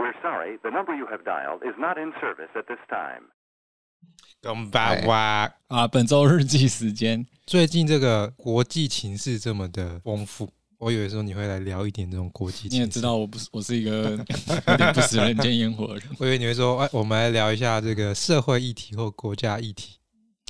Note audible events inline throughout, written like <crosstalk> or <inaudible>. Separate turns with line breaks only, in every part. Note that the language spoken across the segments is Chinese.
We're sorry, the number you have dialed is not in service at this time.
干巴
哎
哇！
啊，本周日记
<laughs>
时间，
最近这个国际情势这么的丰富，我以为说你会来聊一点这种国际情势。
你也知道，我不是我是一个
<laughs>
有点不食人间烟火的人
我以为你会说，哎，我们来聊一下这个社会议题或国家议题。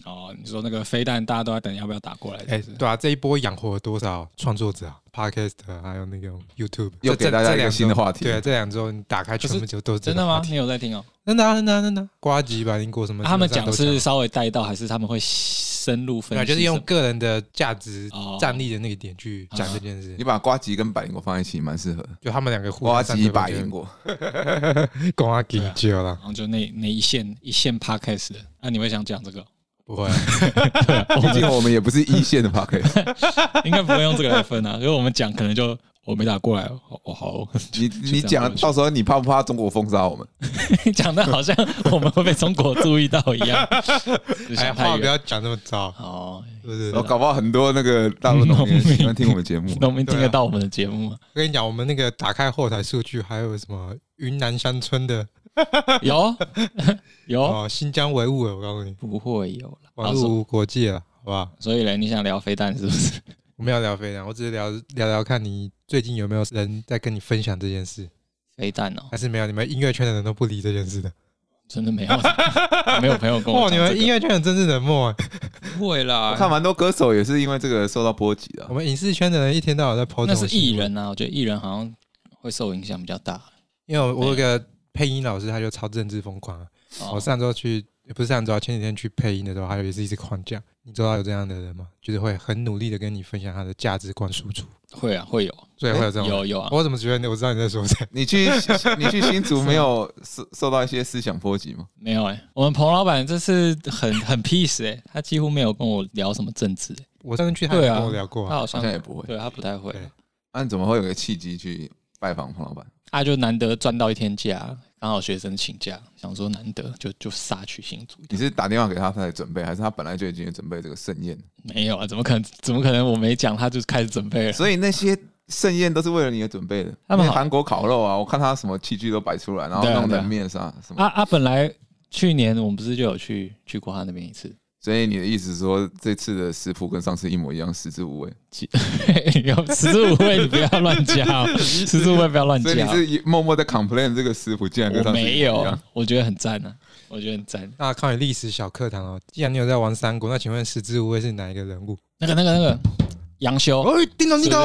哦。你说那个飞弹，大家都在等要不要打过来，
哎、
是不是？
对啊，这一波养活了多少创作者啊，podcast 啊还有那个 YouTube，
又
这
给大家
这
一个
两周
新的话题
对啊，这两周你打开全部就都是这
真
个
的
话
吗？
题
你有在听哦？
真的啊，真的啊，真的啊。瓜吉、百灵果什么，
啊他们
基本
讲
上都
是稍微带到，还是他们会深入分
对啊，
析？
就是用个人的价值
哦、
站立的那个点去讲这件事
你。把瓜吉跟百灵果放在一起，蛮适合的。
就他们两个互
啊瓜
相站
吉
对方
百
<laughs>
灵，果，
瓜阿吉久了
然，后就那那一线一线 podcast 的，那、你会想讲这个？ <laughs>
不 <laughs> 会啊，
毕竟我们也不是一 <laughs> 线的 p o c a s t
应该不会用这个来分啊，因为我们讲可能就我没打过来，哦哦好哦，
你你讲，到时候你怕不怕中国封杀我们？
讲的好像我们会被中国注意到一样，
<laughs>
就
哎，
想太
话不
远。
要讲那么糟，
哦，
是不是
然？后搞不好很多那个大陆啊农民喜欢听我们节目。
农民听
对
得
啊
到我们的节目吗？
我跟你讲，我们那个打开后台数据，还有什么云南乡村的 <laughs>
有有，
哦，新疆维吾尔，我告诉你，
不会有了。
网
好
络
所
无国界了，好不好？
所以嘞，你想聊飞弹是不是？ <laughs>
我们要聊飞量，我只是聊聊聊看你最近有没有人在跟你分享这件事，
飞弹哦，
还是没有？你们音乐圈的人都不理这件事的。
真的
<laughs>
没有，没有朋友跟我
哇，
哦讲这
你
个。
们音乐圈的真是冷漠、欸。
不会
我看
啦，
蛮多歌手也是因为这个受到波及的
我。们影视圈的人一天到晚在抛
那是艺，人啊，我觉得艺人好像会受影响比较大。
因为我我有个配音老师，他就超政治疯狂、啊。我
哦，
上周去，也不是上周啊，前几天去配音的时候，他也是一直框架。你知道有这样的人吗？就是会很努力的跟你分享他的价值观输出，
会啊，会有，
所以会有这种人。
有有啊，
我怎么觉得你我知道你在说谁？
你去你去新竹没有受受到一些思想波及吗？
没有哎、我们彭老板这次很很 peace 哎、他几乎没有跟我聊什么政治、欸，
我上次去他有
对啊
跟我聊过、啊，
他好
好
像
像也不会。
对他不太会，
对
那你怎么会有个契机去拜访彭老板？
他就难得赚到一天假，刚好学生请假，想说难得就就杀去新竹，
你是打电话给他他才准备，还是他本来就已经有准备这个盛宴？
没有啊，怎么可能？怎么可能？我没讲他就开始准备了，
所以那些盛宴都是为了你而准备的。
他们好
因为韩国烤肉啊，我看他什么器具都摆出来，然后
对啊
弄
对啊
冷面啥什么。
啊啊！本来去年我们不是就有去去过他那边一次， <laughs>
所以你的意思是说，这次的食谱跟上次一模一样，食之无味。
嗯有
<laughs>
食之无味，你不要乱加哦，食之无味不要乱
所以
加
你
哦。
是默默在 complain 这个食谱竟然跟
我
上次一模
没
一样
有，我觉得很赞啊，我觉得很赞。
那看你历史小课堂哦，既然你有在玩三国，那请问食之无味是哪一个人物？
那个那个那个杨修，
哦，叮咚叮咚，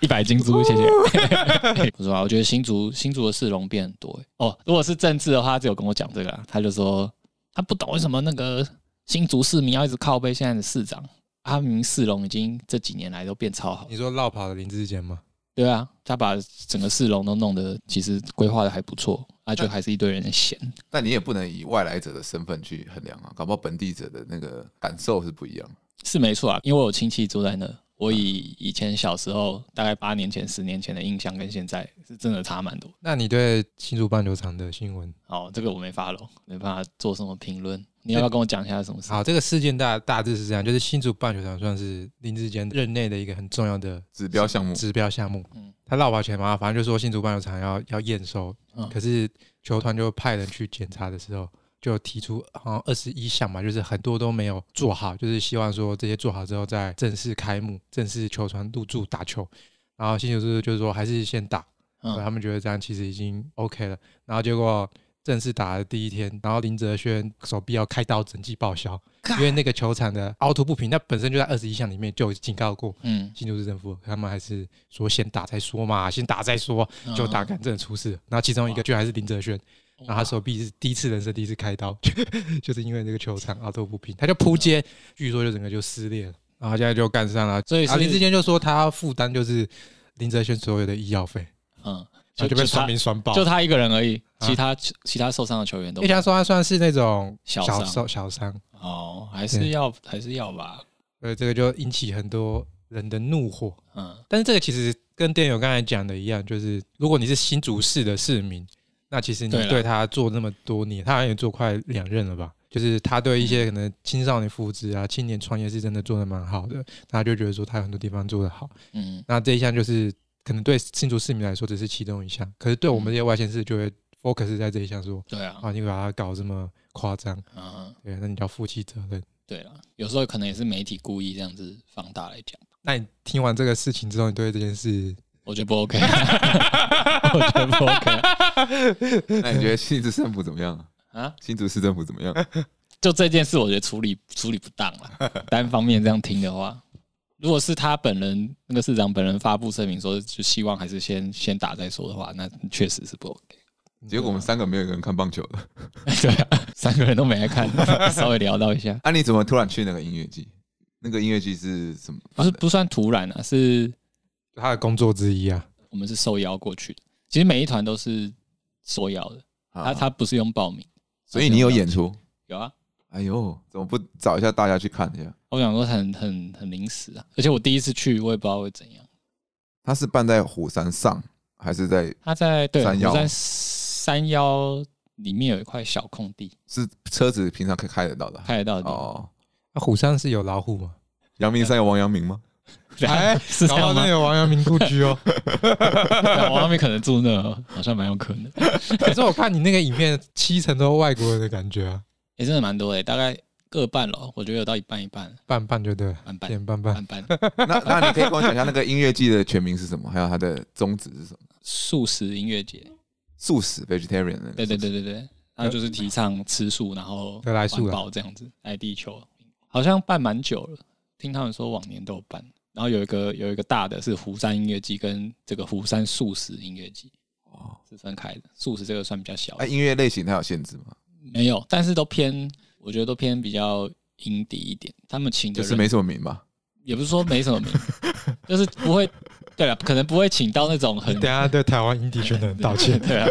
一百金猪，谢谢。 <laughs> 不错啊，我觉得新竹新竹的市容变很多、欸、哦。如果是政治的话，他只有跟我讲这个、啊，他就说他不懂为什么那个新竹市民要一直靠背现在的市长，啊他明明市容已经这几年来都变超好
你。说绕跑的林志坚吗？
对啊，他把整个市容都弄得其实规划的还不错，啊就还是一堆人嫌。
但你也不能以外来者的身份去衡量啊，搞不好本地者的那个感受是不一样的。
是没错啊，因为我有亲戚住在那，我以以前小时候大概八年前、十年前的印象跟现在是真的差蛮多。
那你对新竹棒球场的新闻？
哦，这个我没发了，没办法做什么评论。你要不要跟我讲一下什么事？
好，这个事件大大致是这样，就是新竹棒球场算是林志坚任内的一个很重要的
指标项目
指标项目。
嗯
他绕跑前嘛，反正就说新竹棒球场要要验收，
嗯
可是球团就派人去检查的时候，就提出好像二十一项嘛，就是很多都没有做好，就是希望说这些做好之后再正式开幕，正式球团入驻打球。然后新竹就是就是说还是先打，
嗯
他们觉得这样其实已经 OK 了。然后结果正式打的第一天，然后林哲轩手臂要开刀，整季报销，因为那个球场的凹凸不平，那本身就在二十一项里面就有警告过
嗯，
新竹市政府，他们还是说先打再说嘛，先打再说，
嗯
就打干真的出事了。然后其中一个居然还是林哲轩，然后他手臂是第一次人生第一次开刀， <laughs> 就是因为这个球场凹凸不平，他就扑街，据说就整个就撕裂了，然后现在就干上了。
所以是
啊林志坚就说他要负担就是林哲轩所有的医药费。
嗯，
就
就
就
就
被酸
他
民酸爆。
就他一个人而已，
啊
其他其他受伤的球员都
一家说他算是那种
小
小
伤
受小伤，
哦，还是要还是要吧，
所以这个就引起很多人的怒火。
嗯，
但是这个其实跟店友刚才讲的一样，就是如果你是新竹市的市民，那其实你
对啦
对他做那么多年，他好像也做快两任了吧？就是他对一些可能青少年扶植啊、青年创业是真的做的蛮好的，他就觉得说他有很多地方做得好。
嗯
那这一项就是可能对新竹市民来说只是其中一项，可是对我们这些外县市就会 focus 在这一项，说
对啊，
啊，你把它搞这么夸张，
嗯，
对，那你要负起责任。
对了，有时候可能也是媒体故意这样子放大来讲，
那你听完这个事情之后，你对这件事
我觉得不 OK，我觉得不 OK <laughs>
那你觉得新竹市政府怎么样啊？
啊，
新竹市政府怎么样？啊
<laughs> 就这件事，我觉得处理处理不当
<laughs>
了，单方面这样听的话。如果是他本人，那个市长本人发布声明说，就希望还是先先打再说的话，那确实是不 OK。
结果我们三个没有一个人看棒球的。
<laughs> 对啊，三个人都没来看， <laughs> 稍微聊到一下，
啊，你怎么突然去那个音乐季？那个音乐季是什么？
不是不算突然啊，是
他的工作之一啊，
我们是受邀过去的。其实每一团都是受邀的，他
啊
他不是用报名，
所以你有演出？
有啊。
哎呦，怎么不找一下大家去看一下？
我想说很很很临时啊，而且我第一次去，我也不知道会怎样。
他是办在虎山上还是在
他在对
山
虎
腰
山山腰里面有一块小空地，
是车子平常可以开得到的？
开得到 <laughs> 的地方。
哦，
那、虎山是有老虎吗？
阳明山有王阳明
<laughs>
吗？
哎
啊是这
搞不好
样吗啊
那？有王阳明故居 <laughs> 哦。
王阳明可能住那哦，好像蛮有可能。
可是我看你那个影片七成都是外国人的感觉啊，
也、真的蛮多的，大概各半了，我觉得有到一半一半，
半半就对了，
半半
点半半。
半半。
那那你可以跟我讲一下那个音乐季的全名是什么？还有它的宗旨是什么？
素食音乐节，
素食 vegetarian 的那个
对对对对对，他就是提倡吃素，然后
得来素啊
环
了
保这样子，爱地球，好像办蛮久了，听他们说往年都有办。然后有一个有一个大的是湖山音乐季跟这个湖山素食音乐季
哦，
是分开的，素食这个算比较小
哎、，音乐类型它有限制吗？
没有，但是都偏，我觉得都偏比较阴底一点。他们请的
就
人
是没什么名吧？
也不是说没什么名，就是不会，对了，可能不会请到那种很。
<laughs>
等一下对台湾影帝圈的人道歉
对啊，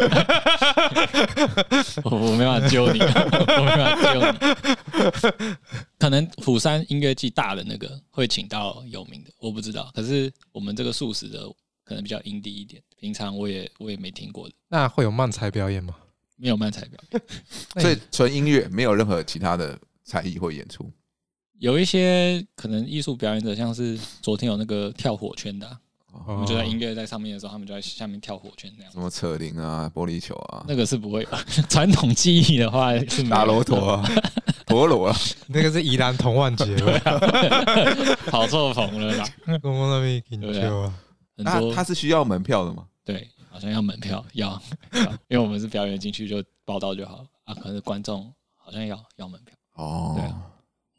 我我没办法救你， <laughs> 我没办法救你。可能釜山音乐季大的那个会请到有名的，我不知道。可是我们这个素食的可能比较阴低一点，平常我也我也没听过的，
<laughs> 那会有漫才表演吗？
没有漫才表演。
那
所
你
以纯音乐没有任何其他的才艺或演出。
有一些可能艺术表演者，像是昨天有那个跳火圈的啊、我
哦
们就在音乐在上面的时候，他们就在下面跳火圈那样
什。么扯铃啊、玻璃球啊、
那个是不会 <laughs> 有，传统技艺的话是没有
打罗陀
<laughs>
啊、陀螺啊，
那个是宜兰童万节吧， <laughs>
跑错棚了啦。
公公那边研
对
究啊，
很
那
多
它是需要门票的吗？
对，好像要门票， <laughs> 要，要因为我们是表演进去就报道就好了啊。可是观众好像要要门票，
哦，
对啊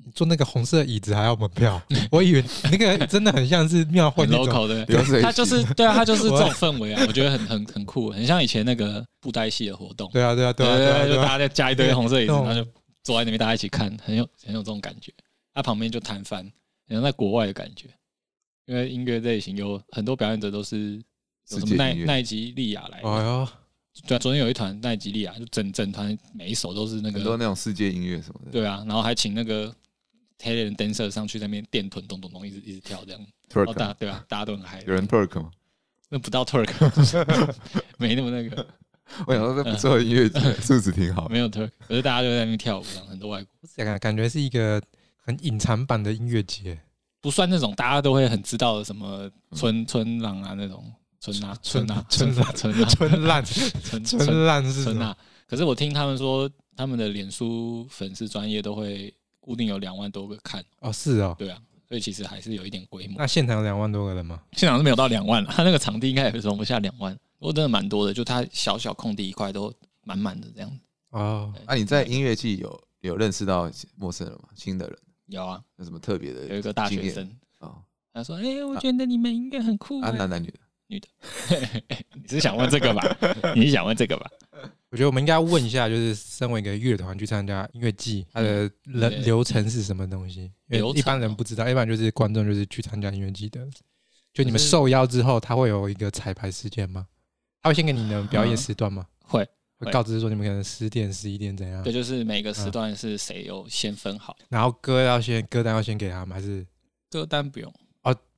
你坐那个红色的椅子还要门票，我以为那个真的很像是庙会
很
那种，
local 的，
流水席
他就是对啊，他就是这种氛围啊，我觉得很很很酷，很像以前那个布袋戏的活动，
对啊对啊对啊
对
对啊
就
对
大
啊，
家在加一堆红色椅子，
那
然
种
后就坐在那边大家一起看，很有很有这种感觉。他旁边就摊贩，很像在国外的感觉，因为音乐类型有很多表演者都是
世
有什
界
么奈
音乐
奈及利亚来的，
哎呦，
对啊，昨天有一团奈及利亚，就整整团每一首都是那
很多
个，
那种世界音乐什么的
对啊，然后还请那个 Thailand dancer 上去在那边电臀咚咚咚一直一直跳这样，然后
，twerk
大
啊
对啊，大家都很嗨
有，人 twerk 吗？
那不到 Turk，没那么那个，
我想说这不错的音乐节
<laughs>
素质挺好。
嗯没有 Turk，可是大家就在那边跳舞，这样很多外国
感感觉是一个很隐藏版的音乐节，
不算那种大家都会很知道的什么村村郎啊那种村啊
村
<laughs> 村啊
村
啊村啊
春 <laughs> 烂
村村
春烂是什
真
么？
啊！可是我听他们说，他们的脸书粉丝专业都会固定有两万多个看，
哦是哦，
对啊，所以其实还是有一点规模。
那现场有两万多个人吗？
现场是没有到两万了， <laughs> 他那个场地应该也容不下两万，不过真的蛮多的，就他小小空地一块都满满的这样子。
哦，
啊，你在音乐季有有认识到陌生人吗？新的人
有啊，
有什么特别的经验？
有一个大学生，
哦
他
啊
说：“哎、我觉得你们应该很酷、
啊，
啊。
男男女的，
你是想问这
<laughs>
个吧？你是想问这个吧？
我觉得我们应该问一下，就是身为一个乐团去参加音乐季，它的流
嗯对
流程是什么东西？因
流
为
程哦
一般人不知道，一般就是观众就是去参加音乐季的。就你们
可是
受邀之后，他会有一个彩排时间吗？他会先给你们表演
嗯
时段吗？
会，
会告知说你们可能十点、十一点怎样
对，，就是每个时
嗯
段是谁有先分好，
然后歌要先歌单要先给他们，还是哦
歌单不用，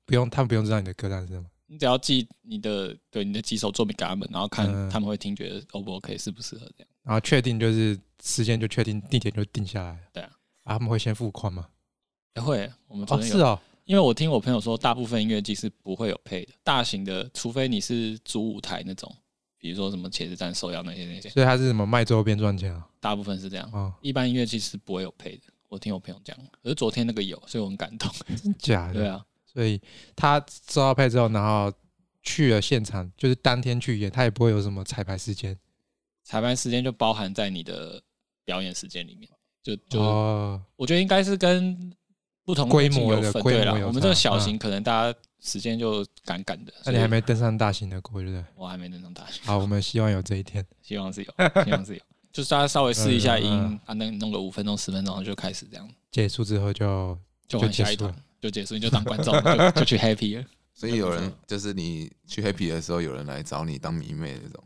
不用？他们不用知道你的歌单是什么？
你只要记你的对你的几首作品给他们，然后看
嗯
他们会听觉得 O 不 OK 适不适合这样。
然后确定就是时间就确定，地点就定下来了。
对啊，
他们会先付款吗？
哎会，我们昨
哦，
天
是
有
哦，
因为我听我朋友说，大部分音乐季是不会有配的，大型的，除非你是主舞台那种，比如说什么茄子蛋、受邀那些那些，
所以他是什么卖周边赚钱啊？
大部分是这样。
哦，
一般音乐季是不会有配的，我听我朋友讲，可是昨天那个有，所以我很感动。
真假的？
对啊，
所以他收到配之后，然后去了现场，就是当天去演，他也不会有什么彩排时间。
彩排时间就包含在你的表演时间里面，就就、
哦，
我觉得应该是跟不同
规
乐器
模
有
的
分
规
对啦
模有
我们这个
差
小
嗯
型可能大家时间就赶赶的，
那
所以
你还没登上大型的国，对不对？
我还没登上大学，
好，我们希望有这一天。
希望是有，希 <laughs> 望是有，就是大家稍微试一下音
嗯嗯
啊，能弄个五分钟十分钟然后就开始这样，
结束之后就就
就往下
结
一
束
团
了。
就结束，你就当观众就 <laughs> 就去 happy 了。
所以有人
嗯
就是你去 happy 的时候，有人来找你当迷妹那种。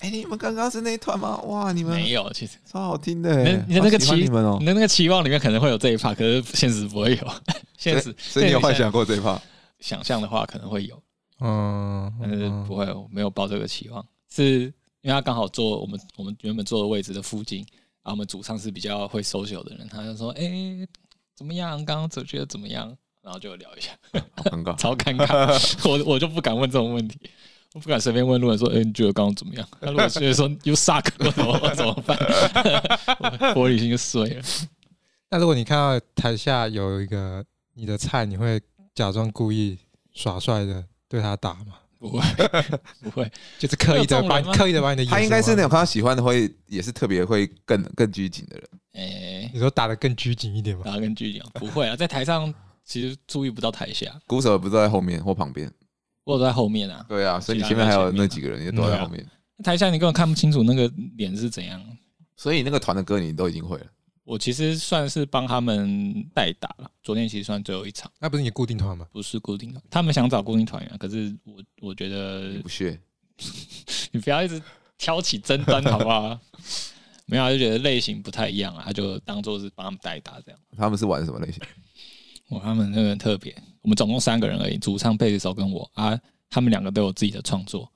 哎、你们刚刚是那一团吗？哇，你们
没有，其实
超好听的
你
欸，
的你的那个
好喜欢
期
你们哦、
你的那个期望里面可能会有这一趴，可是现实不会
<laughs>
有，现实
所以所以你有幻
现实
想过这一
<laughs>
趴？
想象的话可能会有。
嗯，
但是
嗯
不会，我没有抱这个期望，是因为他刚好坐我们我们原本坐的位置的附近，然后我们主唱是比较会 social 的人，他就说：“哎、怎么样？刚刚觉得怎么样？”然后就聊一下，
好尴尬。
超尴尬，我我就不敢问这种问题。我不敢随便问路人说：“哎、你觉得刚刚怎么样？”他如果直接说 “You suck”，我怎么我怎么办？ <laughs> 我玻璃心就碎了。
那如果你看到台下有一个你的菜，你会假装故意耍帅的对他打吗？
不会，不会，
就是刻意的
会有这种
把
人吗
刻意的把你的眼神
他应该是那
往
啊
种看到喜欢的会，也是特别会更更拘谨的人。
哎、
你说打的更拘谨一点吧。
打跟剧讲，不会啊，在台上其实注意不到台下，
鼓手也不知道在后面或旁边。
我有在后面啊。
对啊，所以你
其
前
他人
面还
在
有
前面
那
啊
几个人也都在后面，
台下你根本看不清楚那个脸是怎样。
所以那个团的歌你都已经会了。
我其实算是帮他们代打了，昨天其实算最后一场，
那不是你固定团吗？
不是固定的。他们想找固定团员，啊可是我我觉得
你不屑，
你不要一直挑起争端，好不好？ <laughs> 没有啊，就觉得类型不太一样啊，他就当做是帮他们代打这样。
他们是玩什么类型？
哇，他们那个很特别，我们总共三个人而已，主唱、贝斯手跟我啊，他们两个都有自己的创作，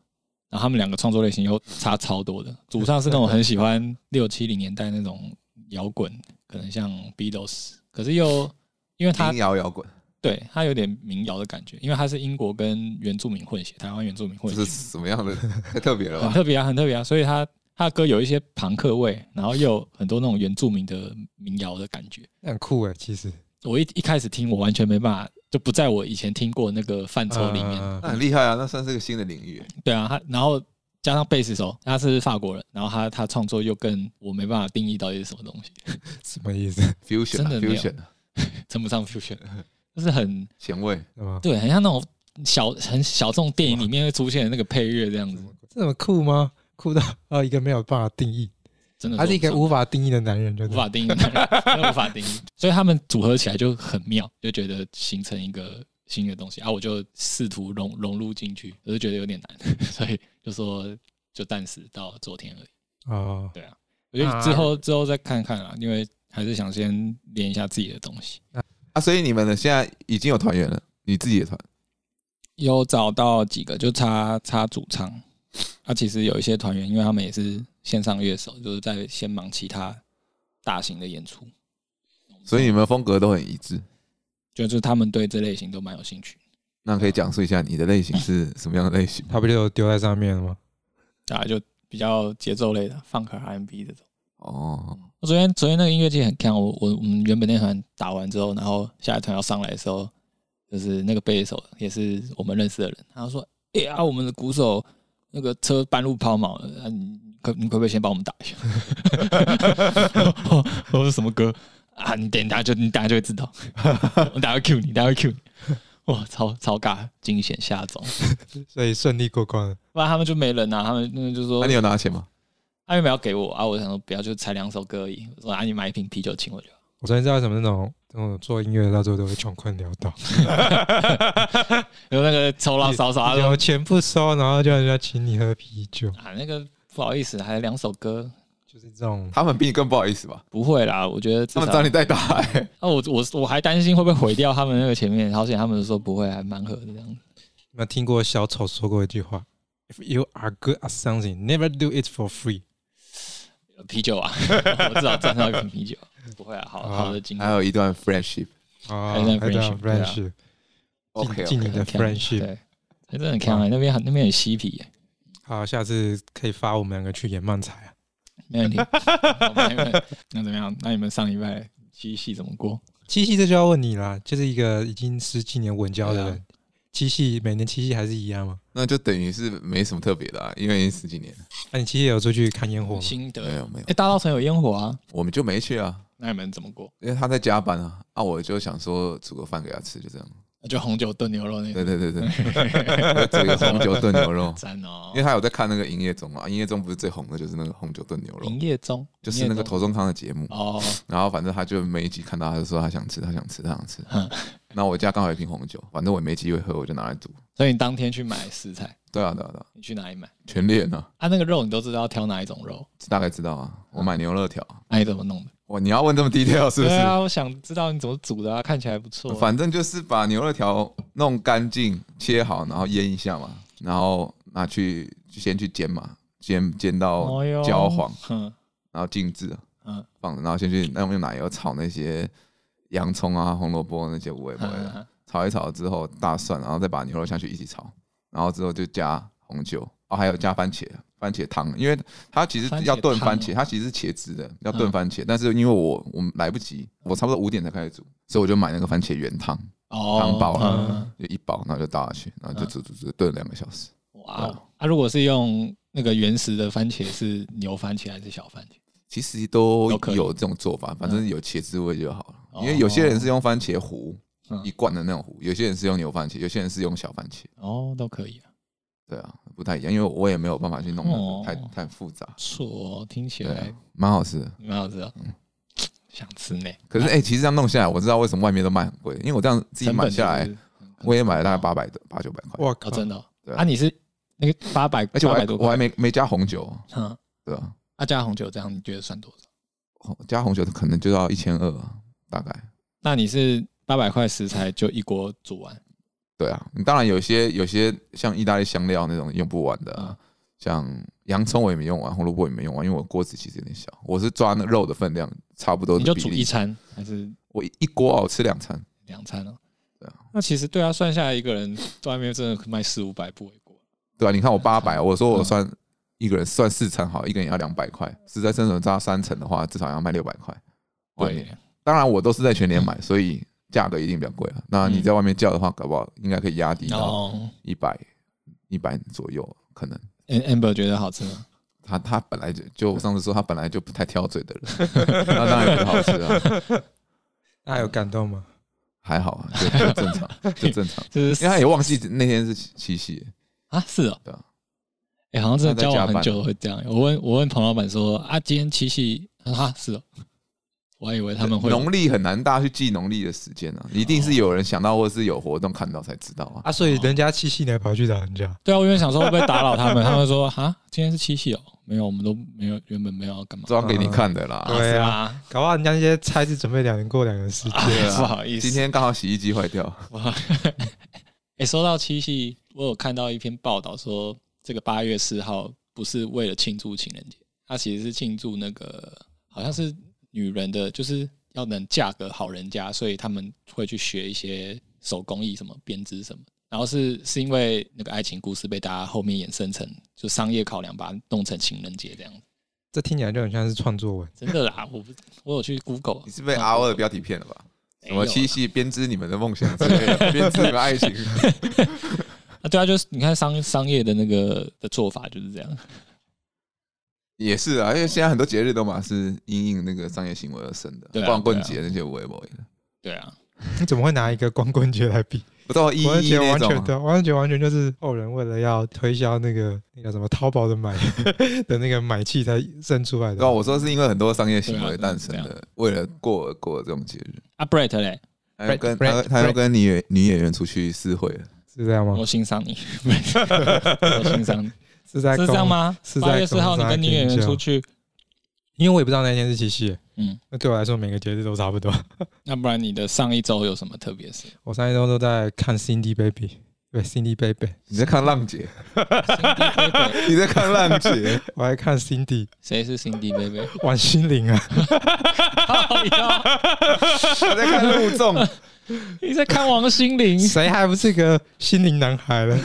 然后他们两个创作类型又差超多的。主唱是那种很喜欢六七零年代那种摇滚，可能像 Beatles，可是又因为他
民谣摇滚，
对他有点民谣的感觉，因为他是英国跟原住民混血，台湾原住民混
这
血，
是什么样的？太特别了
很
吧？
特别啊，很特别啊，所以他。他的歌有一些朋克味，然后又有很多那种原住民的民谣的感觉。
那很酷哎，其实
我一一开始听，我完全没办法，就不在我以前听过那个范畴里面。
嗯
那很厉害啊，那算是个新的领域。
对啊，他然后加上贝斯手，他是法国人，然后他他创作又更我没办法定义到底是什么东西， <laughs>
什么意思？
fusion
真
啊
的没有
fusion 啊
称不上 fusion，就是
嗯
<laughs> 很
前卫，
什么？
对，很像那种小很小众电影里面会出现的那个配乐这样子，
这么酷吗？酷到 <laughs> 呃一个没有办法定义，
真的
他是一个
无
无法定义的男人，就
无
是
法定义，真的无法定义，所以他们组合起来就很妙，就觉得形成一个。新的东西啊，我就试图融融入进去，我就觉得有点难， <laughs> 所以就说就暂时到昨天而已。
哦。
我觉得之后、之后再看看啦，因为还是想先练一下自己的东西。
啊，所以你们呢现在已经有团员了，你自己的团，
有找到几个，就差差主唱。啊，其实有一些团员，因为他们也是线上乐手，就是在先忙其他大型的演出，
所以你们风格都很一致。
就是他们对这类型都蛮有兴趣。
那可以讲述一下你的类型是什么样的类型？
他不就丢在上面了吗？
大家就比较节奏类的放 u n R&B 这种。 <laughs>
哦，
我昨天昨天那个音乐季很看我我我们原本那团打完之后，然后下一团要上来的时候，就是那个贝斯手也是我们认识的人，他就说：“哎、呀、我们的鼓手那个车半路抛锚了，啊、你可你可不可以先帮我们打一下？” <laughs> 我我说什么歌啊？你等一下就你等一下就会知道，我等一下会 Q 你，等一下会 Q 你。哇，超超尬，惊险下种，
所以顺利过关了。
不然他们就没人啊，他们那个就说
那你有拿钱吗？
他原本要给我啊，我想说不要，就才两首歌而已。我说啊，你买一瓶啤酒请我就好。
我昨天知道为什么那种那种做音乐的到最后都会穷困潦 <laughs> 倒，
有那个酬劳少少，他说
有钱不收，然后叫人家请你喝啤酒，
啊，那个不好意思，还有两首歌，
就是这种。
他们比你更不好意思吧？
不会啦，我觉得至
他
少
们找你代打、欸，
啊，我我我还担心会不会毁掉他们那个前面，好险他们说不会，还蛮合的这样子。
有没有听过小丑说过一句话？If you are good at something, never do it for free。
<laughs> 啤酒啊，我至少赚到一瓶啤酒，不会啊，好
啊
好的经
还
验。
啊有一段 friendship，
啊，
还在
还在
friendship，对啊
friendship，
OK，
进进你的
很强
friendship。
对，真的很强啊，那边很那边很嬉皮耶，
好，下次可以发我们两个去演漫才啊。
没问题。好那你们那怎么样？那你们上礼拜七夕怎么过？
七夕这就要问你啦，就是一个已经十几年稳交的
对啊
人，七夕每年七夕还是一样吗？
那就等于是没什么特别的、啊，因为已经十几年了
那啊你七夕有出去看烟火吗？
心得
没有没有
哎，大稻城有烟火啊，
我们就没去啊，
那你们怎么过？
因为他在加班啊，啊，我就想说煮个饭给他吃，就这样。
那就红酒炖牛肉那
对对
种，，
对对， <laughs> 我煮个红酒炖牛肉
<laughs> 赞哦
因为。他有在看那个营业中嘛，营业中不是最红的就是那个红酒炖牛肉
营，业中
就是那个
头
头中康的节目。
哦，
然后反正他就每一集看到，他就说他想吃，他想吃，他想吃
<laughs> 嗯。
那我家刚好有一瓶红酒，反正我也没机会喝，我就拿来煮。
所以你当天去买食材，
对啊对啊对啊，
你去哪里买？
全脸啊，
啊，那个肉你都知道要挑哪一种肉，
大概知道啊。我买牛肋条，
那你怎么弄的？
哇，你要问这么低调是不
对
是？
啊，我想知道你怎么煮的啊，看起来不错。
反正就是把牛肋条弄干净，切好，然后腌一下嘛，然后拿去就先去煎嘛，煎煎到
哦哟
焦黄，，
嗯
然后静置
嗯
放着，然后先去那用奶油炒那些洋葱啊、红萝卜那些五味不味啊的，
嗯，
炒一炒之后大蒜，然后再把牛肉下去一起炒，然后之后就加红酒，哦，还有加番茄。番茄汤，因为它其实
番茄
要炖
汤
番
哦
茄，它其实是茄汁的，要炖
嗯
番茄。但是因为我我们来不及，我差不多五点才开始煮，所以我就买那个番茄原汤，
哦，
汤包
啊
嗯
就一包，然后就倒下去，然后就煮煮煮炖两个小时。
哇哦，啊，如果是用那个原始的番茄，是牛番茄还是小番茄？
其实都
都可以
有这种做法，反正有茄子味就好了。
嗯
因为有些人是用番茄糊
嗯
一罐的那种糊，有些人是用牛番茄，有些人是用小番茄。
哦，都可以啊，
对啊，不太一样，因为我也没有办法去弄
哦
那个太太复杂。
不错哦，听起
对
来
啊，嗯蛮好吃的。
蛮好吃的。哦想吃呢，
可是哎、其实这样弄下来，我知道为什么外面都卖很贵，因为我这样自己
成
买
本其
下来
实，
我也买了大概八百八九百块，
哇
哦，
靠！
真的哦
对
啊，你是那个八百，
而且我
八
还
百多块，
我还没没加红酒，
嗯，
对啊，
啊，加红酒这样，你觉得算多少？
哦加红酒可能就要一千二大概。
那你是八百块食材就一锅煮完，
对啊，你当然有些有些像意大利香料那种用不完的啊、
嗯
像洋葱我也没用完，红萝卜也没用完，因为我锅子其实有点小，我是抓那肉的分量差不多
你
的
就
比
煮一
例。
餐还是
我一一锅哦吃两餐，
两餐哦
对啊？
那其实对啊，算下来一个人在外面真的可以卖四五百不为过。
对啊，你看我八
嗯
百，我说我算一个人算四餐好，一个人要两百块，实在生存扎三层的话，至少要卖六百块。外面
对，
当然我都是在全年买，所以价格一定比较贵啊。那
嗯
你在外面叫的话，搞不好应该可以压低
然
到
后
一百一百左右，可能。
Am- Amber 觉得好吃吗？
他他本来就就我上次说他本来就不太挑嘴的人，那当然不好吃啊，
那有感动
哦
吗？
还好啊，就就正常，就正常。
就是
因为他也忘记那天是七夕，
啊，是哦，
对啊
哎、好像真的交
他
往
在加班
很久会这样。我问我问彭老板说啊，今天七夕啊，是哦，我还以为他们会
农历很难，大家去记农历的时间啊，一定是有人想到或是有活动看到才知道啊。
啊，所以人家七夕你还跑去找人家，
对啊，我原本想说会不会打扰他们，他们说啊，今天是七夕哦，没有，我们都没有，原本没有要干嘛。
装给你看的啦，
对啊
啊，
搞不好人家那些菜是准备两人过两人世
<laughs>
界。
对
不
啊。
好意思，
今天刚好洗衣机坏掉，
<laughs> 哇！哎、说到七夕，我有看到一篇报道说，这个八月四号不是为了庆祝情人节，它其实是庆祝那个好像是女人的，就是要能嫁个好人家，所以他们会去学一些手工艺，什么编织什么。然后是是因为那个爱情故事被大家后面衍生成就商业考量，把它弄成情人节这样子。
这听起来就很像是创作文。 <laughs>
真的啊啦，我不我有去 Google，
你是被 R 二的标题骗了吧？什
哎没有
么
啦
七夕编织你们的梦想之类的，编织你们爱
<laughs>
情，
啊？对啊，就是你看商商业的那个的做法就是这样。
也是啊，因为现在很多节日都嘛是因应那个商业行为而生的
对，啊
光棍节那些微博的，
对啊，
你怎么会拿一个光棍节来比？
不到一
我完
一
全
那
完
种
全
啊，
对，完全完全就是后人为了要推销那个那叫什么淘宝的买 <laughs> 的那个买气才生出来
哦
对啊，
的。
我说是因为很多商业行为
对啊
诞生的，为了过而过这种节日，
啊 Brett 嘞，
还要跟
Brett-
他
Brett-
他要跟女演女演员出去私会了，
是这样吗
我？欣赏你， <laughs> 我欣赏你，
是 <laughs> 在
是这样？吗？
是在
八月四号你
公司
跟女演员
听
出去，
因为我也不知道那天是七夕，
嗯，
那对我来说每个节日都差不多。
那不然你的上一周有什么特别
<laughs>
事？
我上一周都在看 Cindy Baby，对 Cindy Baby，
你在看浪
<laughs>
姐，你在看浪姐，
我还看 Cindy
谁是
<laughs>
Cindy Baby？
<laughs>
哎
王心凌啊，
靠腰
我在看陆纵，
你在看王心
<laughs>
凌？
谁还不是个心灵男孩
<laughs>
了？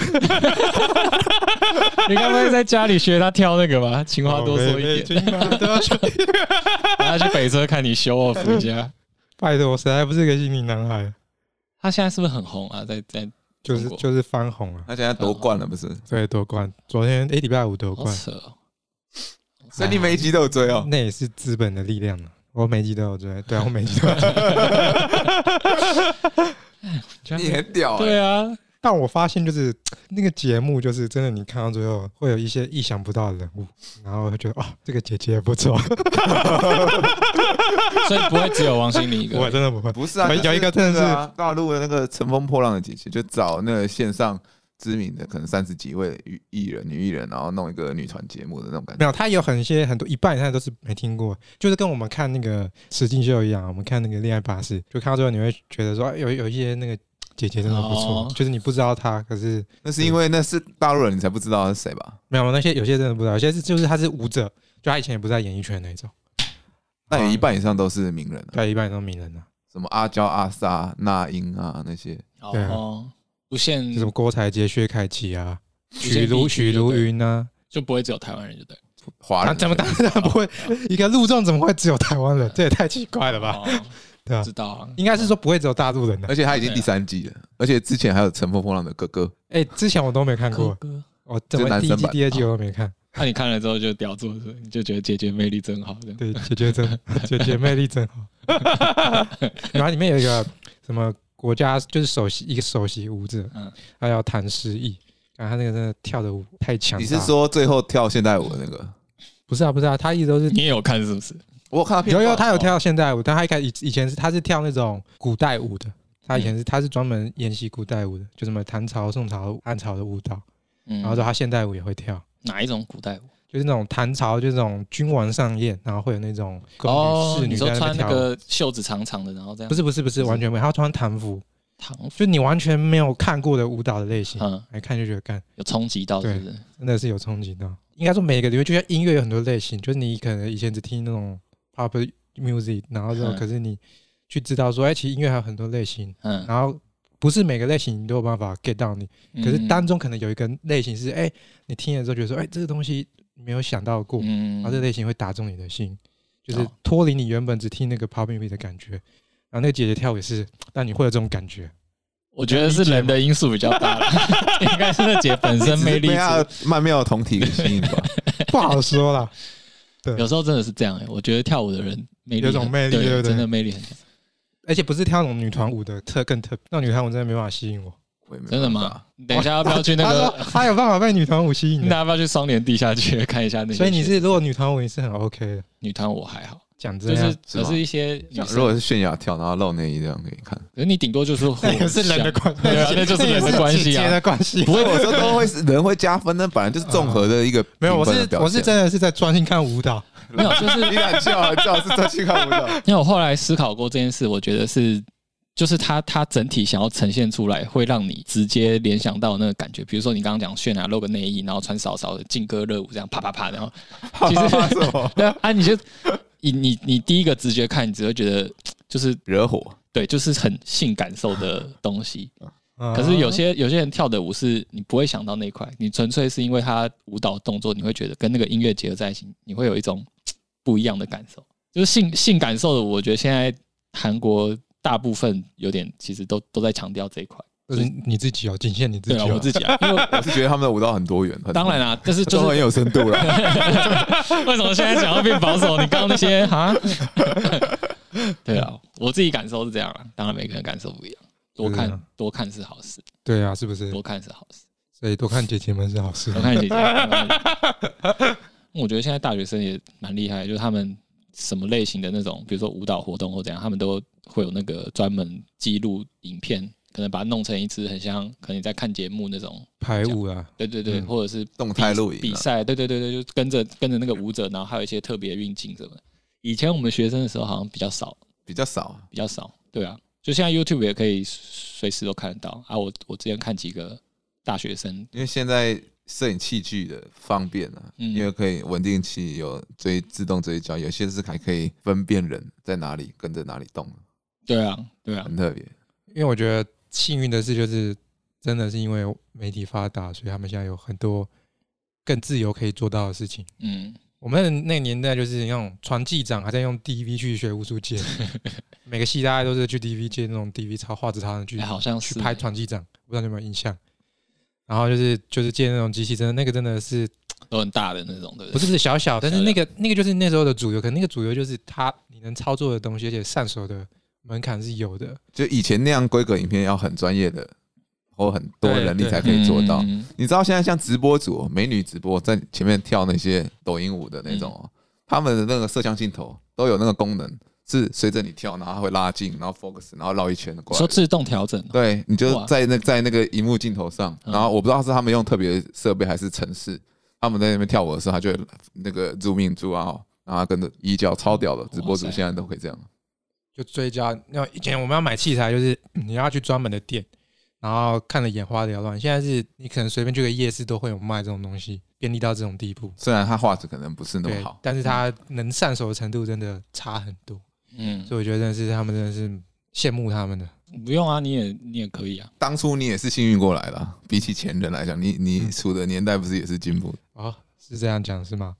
你该不会在家里学他挑那个
哦
吧？情话多说一点，
点，都要说
让他去北车看你 show off 一下。
<laughs> 拜托，谁还不是个心灵男孩？
他现在是不是很红啊？在在
就是
中国
就是翻红啊，
他现在夺冠了不
啊
是？
对，夺冠。昨天诶，礼拜五夺
好
冠，
扯哦。
所以你每一集都有追哦。
那也是资本的力量啊。我每集都有追，对啊，我每集都有追。
居然
你很屌哎、
对啊，
<laughs> 但我发现就是那个节目，就是真的，你看到最后会有一些意想不到的人物，然后会觉得哇，哦这个姐姐也不错。
所以不会只有王心凌一
<laughs> 我
个。
真的不会，
不是啊，
有
就是
有一个真的
那
是
啊大陆的那个乘风破浪的姐姐，就找那个线上知名的可能三十几位艺艺人、女艺人，然后弄一个女团节目的那种感
没
觉。
有，他有很些很多一半以上都是没听过，就是跟我们看那个实境秀一样，我们看那个恋爱巴士，就看到最后你会觉得说，哎有有一些那个姐姐真的不错，
哦
就是你不知道她，可是
那是因为那是大陆人，你才不知道她是谁吧？
没有那些有些真的不知道，有些是就是她是舞者，就她以前也不在演艺圈那种，
那
啊
有一半以上都是名人啊，
对，一般都是名人啊，
什么阿娇、阿莎、那英啊那些。
对啊
哦，无限
就什么郭采洁、薛凯琪啊、
无限
许茹
地区
许
就
茹
对了
芸啊，
就不会只有台湾人，就对了。
华
啊
人
怎么当
哦
然 <laughs> 不会，一个陆众怎么会只有台湾人？这也太奇怪了吧？
哦
对啊
知道啊。
应该是说不会只有大陆人的、啊
而且他已经第三季了，而且之前还有《乘风破浪的哥哥》，
呃
哎、之前我都没看
哥
过，
哥，
我怎么第一
男生
季、
版
第二季我都没看。
那你看了之后就屌做，是不是你就觉得姐姐魅力真好，这样。
对，姐姐真 <laughs> 姐姐魅力真好。 <laughs> 然后里面有一个什么国家，就是首席一个首席舞者，
嗯
他叫谭诗逸，然后他那个真的跳的舞太强大了。
你是说最后跳现代舞的那个？
不是啊？不是啊，他一直都是
你也有看是不是？
我有看到片
有
段
啊
啊
有他有跳现代舞，但他一开以以前是他是跳那种古代舞的。他以
嗯
前是他是专门研习古代舞的，就什么唐朝、宋朝、汉朝的舞蹈，
嗯，
然后说他现代舞也会跳，
哪一种古代舞？
就是那种唐朝就是那种君王上宴，然后会有那种宫哦女侍
哦你
女
说
在边
穿那
跳舞。
个袖子长长的，然后这样
不是不是不是，
不是
完全没有，他穿唐服，
唐
就你完全没有看过的舞蹈的类型，
嗯，
来看就觉得干
有冲击到是不是？
真的是有冲击到。应该说每个领域，就像音乐有很多类型，就是你可能以前只听那种 pop music，然后之后
嗯
可是你去知道说，哎、其实音乐还有很多类型，
嗯，
然后不是每个类型你都有办法 get 到你，可是
嗯
当中可能有一个类型是，哎、你听了之后觉得说，哎、这个东西没有想到过，
嗯
然后这类型会打中你的心，就是
哦
脱离你原本只听那个 pop music 的感觉。然后那个姐姐跳也是，但你会有这种感觉，
我觉得是人的因素比较
<laughs>
大了，应该是那姐本身魅
只
力
是被他
足。
的曼妙的同体给吸引吧。
不好说啦。对
有时候真的是这样、欸，我觉得跳舞的人魅力
有种
很
魅力对不对
真的魅力很强。
而且不是跳那种女团舞的特更特，那种女团舞真的没办法吸引我。
我也没办法
真的吗？？你等一下要不要去那
<laughs> 他
个？ <laughs>
说他有办法被女团舞吸
你
引
等
的，
下要不要去双联地下街看一下那些？
所以你是如果女团舞你是很 OK 的。
女团，我还好，
讲真的，
就是
啊是吗
可是一些女
像
生
如果是泫雅跳，然后露内衣这样给你看，
可是你顶多就是互
那 <laughs> 也 <laughs> 是人的
相
关，
对啊那就是人
<laughs>
的
那
关系啊
也是姐姐的关系。
不会，我说都会是人会加分，那本来就是综合的一个
没有，我
评分
是
的表现
我是真的是在专心看舞蹈，
没有，就是
你敢叫叫是真去看舞蹈，
因为我后来思考过这件事，我觉得是，就是他他整体想要呈现出来，会让你直接联想到那个感觉。比如说你刚刚讲泫雅露个内衣，然后穿少少的劲歌热舞，这样啪啪
<laughs>
啪，然后其实
怕什么
<laughs> 对啊啊，你就你你你第一个直觉看，你只会觉得就是
惹火？
对，就是很性感受的东西。可
可
是有些有些人跳的舞是你不会想到那一块，你纯粹是因为他舞蹈动作，你会觉得跟那个音乐结合在一起，你会有一种嘖不一样的感受，就是性性感受的。我觉得现在韩国大部分有点其实都都在强调这一块，
就是你自己哦，仅限你自
对
己
啊，
哦，
我自己啊，
<laughs>
因为
我是觉得他们的舞蹈很多元，很
当然啦、但是就
综合很
是
有深度了。
<laughs> 为什么现在想要变保守？你刚刚那些哈， <laughs> 对啊，我自己感受是这样啊，当然每个人感受不一样，多
是
看
啊
多看是好事，
对啊，是不是？
多看是好事。
所以多看姐姐们是好事
我。看姐姐。
<laughs>
我觉得现在大学生也蛮厉害，就是他们什么类型的那种，比如说舞蹈活动或怎样，他们都会有那个专门记录影片，可能把它弄成一支很像，可能你在看节目那种，
排舞啊，
对对对，
嗯
或者是
动态录影啊
比赛，对对对对，就跟着跟着那个舞者，然后还有一些特别运镜什么的。以前我们学生的时候好像比较少，
比较少，
比较少，对啊，就现在 YouTube 也可以随时都看得到啊。我我之前看几个大学生
因为现在摄影器具的方便啊，
嗯
因为可以稳定器有追自动追焦，有些是还可以分辨人在哪里跟着哪里动，
对啊，对啊，
很特别。
因因为我觉得幸运的是，就是真的是因为媒体发达，所以他们现在有很多更自由可以做到的事情。
嗯，
我们那个年代就是那种传记长还在用 DV 去学武术
<laughs>
界，每个系大家都是去 DV 界那种 DV 超画质差的去
哎好像是
去拍传记长，不知道你有没有印象？然后就是就是借那种机器，真的那个真的是
都很大的那种，对
不
不
是
对？
不是小小，但是
小
那个那个就是那时候的主流，可能那个主流就是它你能操作的东西，而且上手的门槛是有的。
就以前那样规格影片要很专业的或很多的能力
对对
才可以做到。
嗯
你知道现在像直播主、美女直播在前面跳那些抖音舞的那种、哦，他们的那个摄像镜头都有那个功能，是随着你跳，然后它会拉近，然后 focus，然后绕一圈过
说
来。
自动调整哦，
对，你就
哇
在那在那个荧幕镜头上，
嗯
然后我不知道是他们用特别设备还是城市，他们在那边跳舞的时候，他就会那个 zoom in zoom out，然后跟着衣角超屌的直播主
哇塞
现在都可以这样。
就追加。那以前我们要买器材，就是嗯你要去专门的店，然后看了眼花缭乱。现在是你可能随便去个夜市都会有卖这种东西，便利到这种地步。
虽然他画质可能不是那么
对
好，，嗯
但是它能上手的程度真的差很多，
嗯，
所以我觉得真的是他们真的是羡慕他们的。
不用啊，你也你也可以啊，
当初你也是幸运过来的啊，比起前人来讲，你你处的年代不是也是进步的
哦，是这样讲是吗？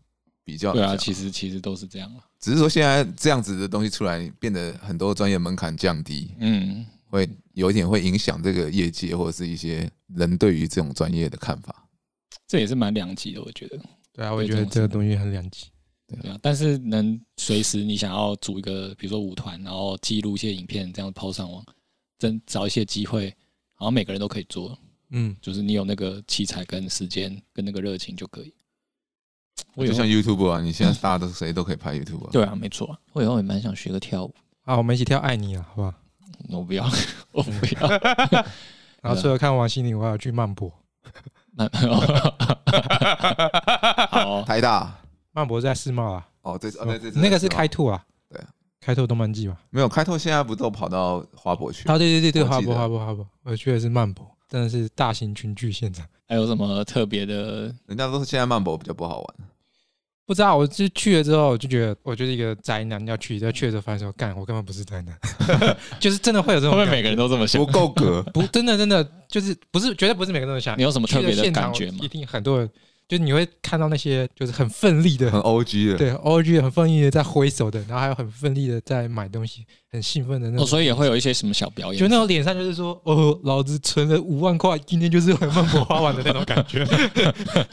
比较
对
来
啊，
讲
其实其实都是这样啊了，
只是说现在这样子的东西出来，变得很多专业门槛降低，
嗯，
会有一点会影响这个业界或者是一些人对于这种专业的看法。
这也是蛮两极的，我觉得，
对啊，我
对
觉得
这种
这个东西很两极。
对啊，但是能随时你想要组一个，比如说舞团，然后记录一些影片，这样抛上网，真找一些机会，然后每个人都可以做，
嗯，
就是你有那个器材跟时间跟那个热情就可以。我以
就
后
像 YouTube 啊，你现在大家都谁都可以拍 YouTube，、啊、
对啊，没错啊，我以后也蛮想学个跳舞，
好，我们一起跳《爱你》了，啊好不好？
我不要， <laughs> 我不要，
然后除了看王心凌，我还有去曼博。
慢慢好哦，
台大
曼博在世贸啊，
哦，这哦对对，这
那个是
吧
开拓啊，
对啊，
开拓动漫季嘛。
没有开拓，现在不都跑到花博去？
啊，对对对对，
我记
花博
得
花博花博，我去的是曼博，真的是大型群聚现场。
还有什么特别的？
人家都说现在漫博比较不好玩，
不知道，我就去了之后，我就觉得我就是一个宅男，要去，要去的时候发现说，干，我根本不是宅男， <laughs> 就是真的会有这
会不
种
会
感
每个人都这么想
不？够格
<laughs> 。不，真的真的就是不是，绝对不是每个人都想
你。有什么特别
去了
的
现
感
场
觉吗
一？定很多人，就是你会看到那些就是很奋力的
嗯
很 O G 的，
对，OG 很奋力的在挥手的，然后还有很奋力的在买东西，很兴奋的那
哦，
种。
所以也会有一些什么小表演？
就那种脸上就是说，哦，老子存了五万块，今天就是很孟婆花完的那种感
<laughs>
觉，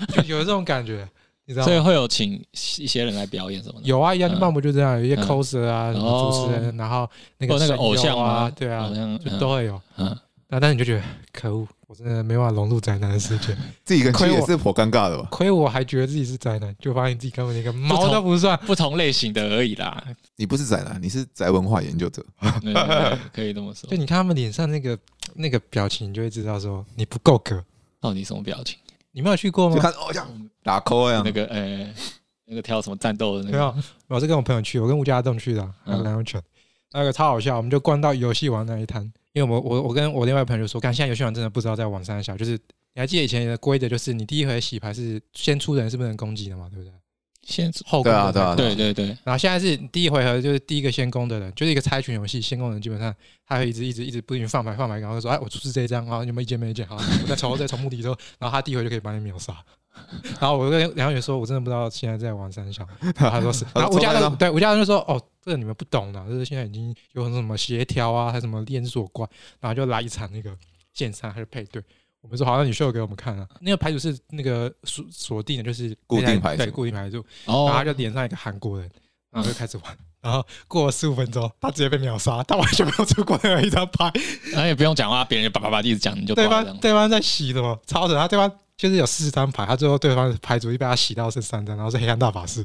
就有这种感觉，你知道
所以
吗？
会有请一些人来表演什么的。
有啊，一样就
嗯
曼博就这样，有一些
嗯
coser 啊，什么主持人，然后那个
哦那个
声优
偶像吗
啊，对啊
偶像，
就
嗯
都会有。
嗯，
那但是你就觉得可恶，我真的没办法融入宅男的世界，
自己一个人去
亏我
也是颇尴尬的吧？
亏我还觉得自己是宅男，就发现自己根本连个毛
同
都不算。
不同类型的而已啦，
你不是宅男，你是宅文化研究者。
对对对可以这么说
就。你看他们脸上那个那个表情，你就会知道说你不够格。
到底什么表情？
你没有去过
就
吗？
看哦，这样打 call 这样
那，个呃，那个跳什么战斗的那
没
个？
有，我是跟我朋友去，我跟吴家栋去的啊，还有
嗯
梁咏泉，那个超好笑。我们就逛到游戏王那一摊，因为我们我我跟我另外一个朋友就说，看现在游戏王真的不知道在玩三小，就是你还记得以前的规则，就是你第一回洗牌是先出人是不能攻击的嘛，对不对？
先
后攻
对
的
啊对啊
才
对对对，
然后现在是第一回合就是第一个先攻的人，就是一个猜拳游戏，先攻的人基本上他会一直一直一直不停放牌放牌，然后就说哎我出示这一张，然后你们一件没一件，好，我再重我再重目的之后，然后他第一回就可以把你秒杀。 <laughs> 然后我跟梁远说，我真的不知道现在在玩三
<laughs>
小，然后他说是，然后吴家栋对吴家栋就说哦这个你们不懂的，就是现在已经有什么协调啊，还有什么连锁关，然后就来一场那个线上还是配对。我们说好，那你秀给我们看啊。那个牌组是那个锁锁定的，就是
固定牌
对
组
固定牌组，然后他
哦，
就连上一个韩国人，然后就开始玩。然后过了十五分钟，他直接被秒杀，他完全没有出过任何一张牌。
然后也不用讲话，别人就叭叭叭一直讲，你就
对
挂这
方
样。
对方在洗什么？超神！他对方就是有四十张牌，他最后对方的牌主就被他洗到剩三张，然后是黑暗大法师。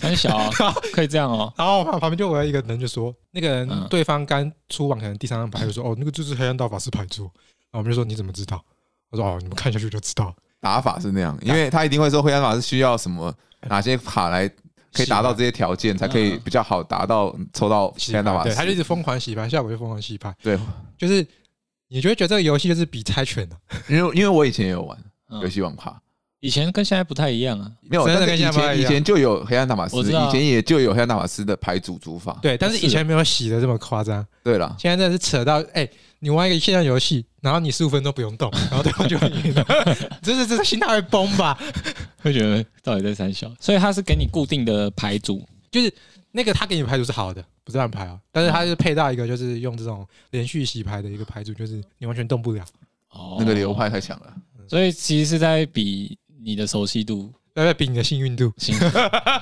很小啊，可以这样哦。
然后旁旁边就有一个人就说，那个人
嗯
对方刚出完可能第三张牌就说，哦，那个就是黑暗大法师牌桌。然后我们就说你怎么知道？我说哦，你们看下去就知道。
打法是那样，因为他一定会说灰暗法是需要什么哪些卡来可以达到这些条件，才可以比较好达到抽到
洗
黑
牌
暗大法
嗯啊对，他就一
师。
直疯狂洗牌，效果就疯狂洗牌，
对，
就是你就会觉得这个游戏就是比猜拳的、
因为因为我以前也有玩
嗯
游戏王卡，
以前跟现在不太一样啊，
没有，
真的
但
跟
是以
现在不太
前
一
以
样
前就有黑暗大法师，
我知道啊
以前也就有黑暗大法师的牌组组法。
<laughs> 对，但是
是
以前没有洗的这么夸张。
对了，
现在真的是扯到哎、你玩一个线上游戏，然后你十五分钟不用动， <laughs> 然后对方就会赢了， <laughs> 这是这是心态会崩吧？
<laughs> 会觉得到底在三小，所以他是给你固定的牌组，
就是那个他给你牌组是好的，不是烂牌啊，但是他是配到一个就是用这种连续洗牌的一个牌组，就是你完全动不了，
哦
那个流派太强了。
所以其实是在比你的熟悉度，
要不要比你的幸运度？
辛
<laughs>
苦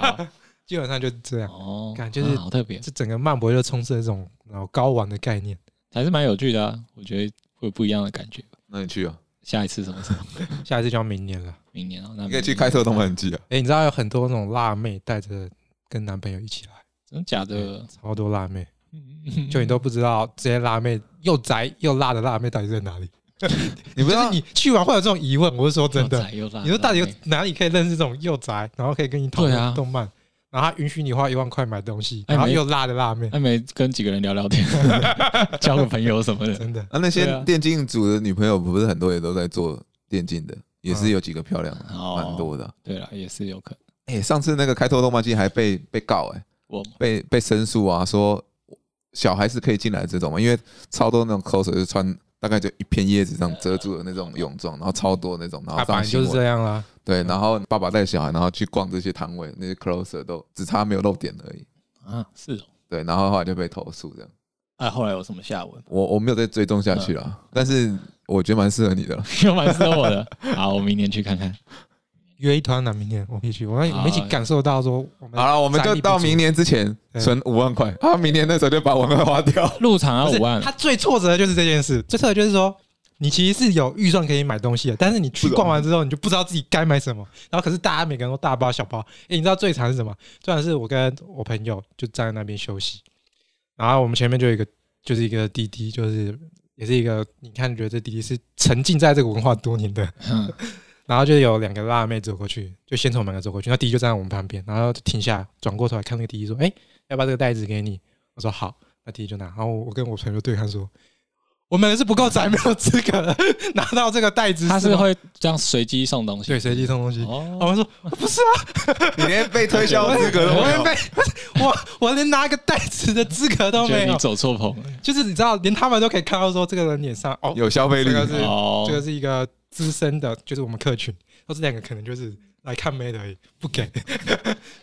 好
基本上就是这样，
哦，
感觉就是
啊好特别，
这整个漫博就充斥了这种然后高玩的概念。
还是蛮有趣的啊，我觉得会有不一样的感觉。
那你去啊，
下一次什么时候？
下一次就要明年了。
明年啊，那
你可以去
明年
开拓动漫季啊。
哎、你知道有很多那种辣妹带着跟男朋友一起来，
真的
<laughs>
假的？
超多辣妹，
嗯
就你都不知道这些辣妹又宅又辣的辣妹到底在哪里。
你不
就
知
是
啊
道
你去玩会有这种疑问，我是说真
又
的
<laughs> 窄，又辣，
你说到底有
辣妹
哪里可以认识这种又宅，然后可以跟你讨
啊对啊
论动漫，然后他允许你花一万块买东西，
哎
然后
没
又辣的辣妹，
那没跟几个人聊
<laughs>
聊天，交个朋友什么的。
真的
啊，那
对
些
啊
电竞组的女朋友不是很多也都在做电竞的，也是有几个漂亮的，
哦
蛮多的啊。
对了，也是有可能。
哎，上次那个开拓动漫季还被被告哎，
我
被被申诉啊，说小孩是可以进来这种嘛，因为超多那种 coser 就是穿大概就一片叶子这样遮住的那种泳装，然后超多那种，然
他本
后上
来
新
啊就是
闻。
这样啦。
对，然后爸爸带小孩，然后去逛这些摊位，那些 closer 都只差没有露点而已。
啊，是哦。
对，然后后来就被投诉这样。
啊，后来有什么下文？
我我没有再追踪下去了，但是我觉得蛮适合你的啦。
<laughs> 又蛮适合我的。好，我明年去看看。
约一团啊呢，明天我们一起去，我们我们一起
好
感受到说，我们
好了，我们
战
就
力不
到
足
明年之前
对
存五万块，啊，明年那时候就把五万块花 <laughs> 掉。
入场要
不是
五万，啊
他最挫折的就是这件事，最挫折就是说，你其实是有预算可以买东西的，但是你去逛完之后，你就不知道自己该买什么。然后可是大家每个人都大包小包，哎、你知道最惨是什么？最惨是我跟我朋友就站在那边休息，然后我们前面就有一个就是一个滴滴，就是也是一个你看觉得这滴滴是沉浸在这个文化多年的，
嗯
然后就有两个辣妹走过去，就先从门口走过去，那弟弟就站在我们旁边，然后就停下来，转过头来看那个弟弟说：“哎、要不要这个袋子给你？”我说：“好。”那弟弟就拿，然后我跟我朋友对看说：“我们是不够宅，没有资格 <laughs> 拿到这个袋子。”
他是
吗
会这样随机送东西，
对随机送东西。我
哦，
们说不是啊，
你连被推销资格都
我
没
们。
有
被我我连拿个袋子的资格都
觉
没
得你
有，
走错棚了。
就是你知道，连他们都可以看到说这个人脸上哦，
<laughs> 有消费力
这，个是
哦
这，个是一个资深的，就是我们客群，那这两个可能就是来看妹的而已，不给。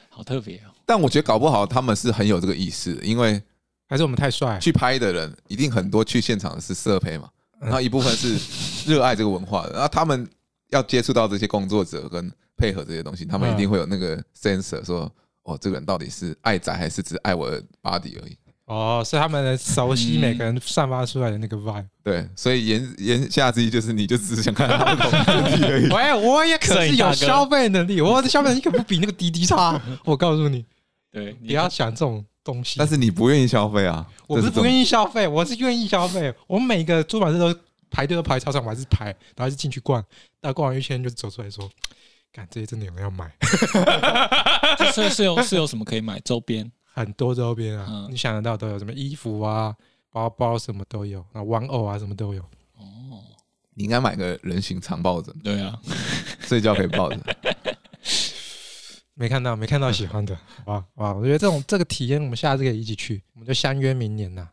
好特别哦。
但我觉得搞不好他们是很有这个意识的，因为
还是我们太帅？
去拍的人一定很多，去现场的是色胚嘛，
嗯
然后一部分是热爱这个文化的，然后他们要接触到这些工作者跟配合这些东西，他们一定会有那个 sensor 说，哦，这个人到底是爱宅还是只爱我的 body 而已。
哦，是他们能熟悉
嗯
每个人散发出来的那个 vibe。
对，所以言言下之意就是，你就只是想看他们的东西
<laughs>
而
<laughs>
已。
喂，我也可是有
摄影大哥
消费能力，我的消费能力可不比那个滴滴 <laughs> 差。我告诉你，
对，你
不
<laughs>
要想这种东西
但。是你不愿意消费啊，
我不是不
意。
愿意消费，我是愿意消费。我每个出版社都排队都排操场，我还是排，然后还是进去逛，但逛完一圈就走出来说：“干，这些真的有人要买， <laughs>
是是有是有什么可以买周边？
很多周边啊
嗯，
你想得到都有，什么衣服啊、包包什么都有，啊，玩偶啊什么都有。
哦，
你应该买个人形长抱枕，
对啊，
睡觉可以抱着。
没看到，没看到喜欢的，好吧，好嗯吧，我觉得这种这个体验，我们下次可以一起去，我们就相约明年呐、啊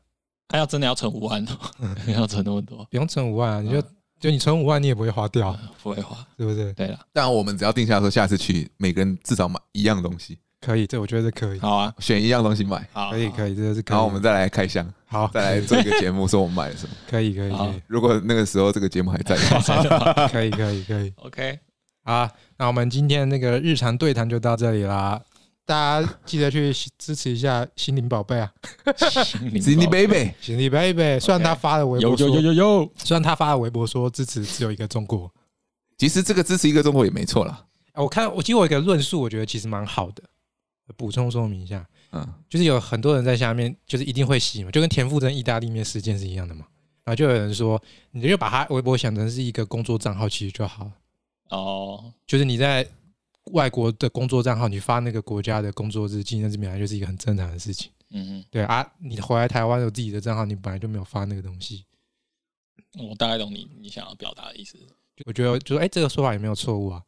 他要真的要存五万哦，要存那么多，
不用存五万啊，你就、就你存五万，你也不会花掉，
不会花。
是不是？
对了，
但我们只要定下说，下次去每个人至少买一样东西，
可以，这我觉得可以，
好啊，
选一样东西买，
好，
可以，
以。
可以，这个是可以。
然后我们再来开箱，
好，
再来做一个节目，说我们买了什么。
<laughs> 可以，可以，
好
可以，
如果那个时候这个节目还在，
<laughs> 可以，可以，可以。
<laughs> OK，
好啊，那我们今天那个日常对谈就到这里啦。大家记得去支持一下心灵宝贝啊，
是你北北，
心灵宝贝。虽然他发了微
有
博
有有
说，
有有，
虽然他发了微博说支持只有一个中国，
其实这个支持一个中国也没错啦。
啊我看我其实我有一个论述，我觉得其实蛮好的，补充说明一下。
嗯，
就是有很多人在下面，就是一定会洗嘛，就跟田馥甄意大利面事件是一样的嘛。然后就有人说，你就把他微博想成是一个工作账号，其实就好了。
哦，
就是你在外国的工作账号，你发那个国家的工作日记，那这本来就是一个很正常的事情。
嗯
对啊，你回来台湾有自己的账号，你本来就没有发那个东西。
哼，我大概懂你你想要表达的意思。
就我觉得就说，哎、这个说法也没有错误啊。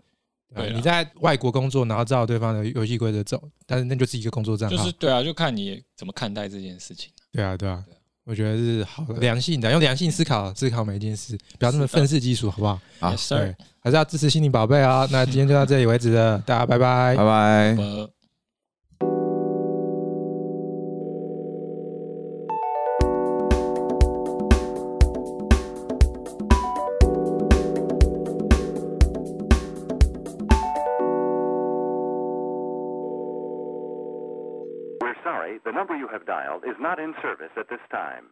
对啊
对啊
你在外国工作，然后照对方的游戏规则走，但是那就是一个工作账号。
啊就是对啊，就看你怎么看待这件事情。
对啊，对啊
对啊，
我觉得是好的，良性的，用良性思考思考每一件事，不要那么愤世嫉俗，好不好？
好
Yes,
对
sir，，
还是要支持心灵宝贝啊！那今天就到这里为止了，大家拜拜
拜。拜。
呃
We're sorry, the number you have dialed is not in service at this time.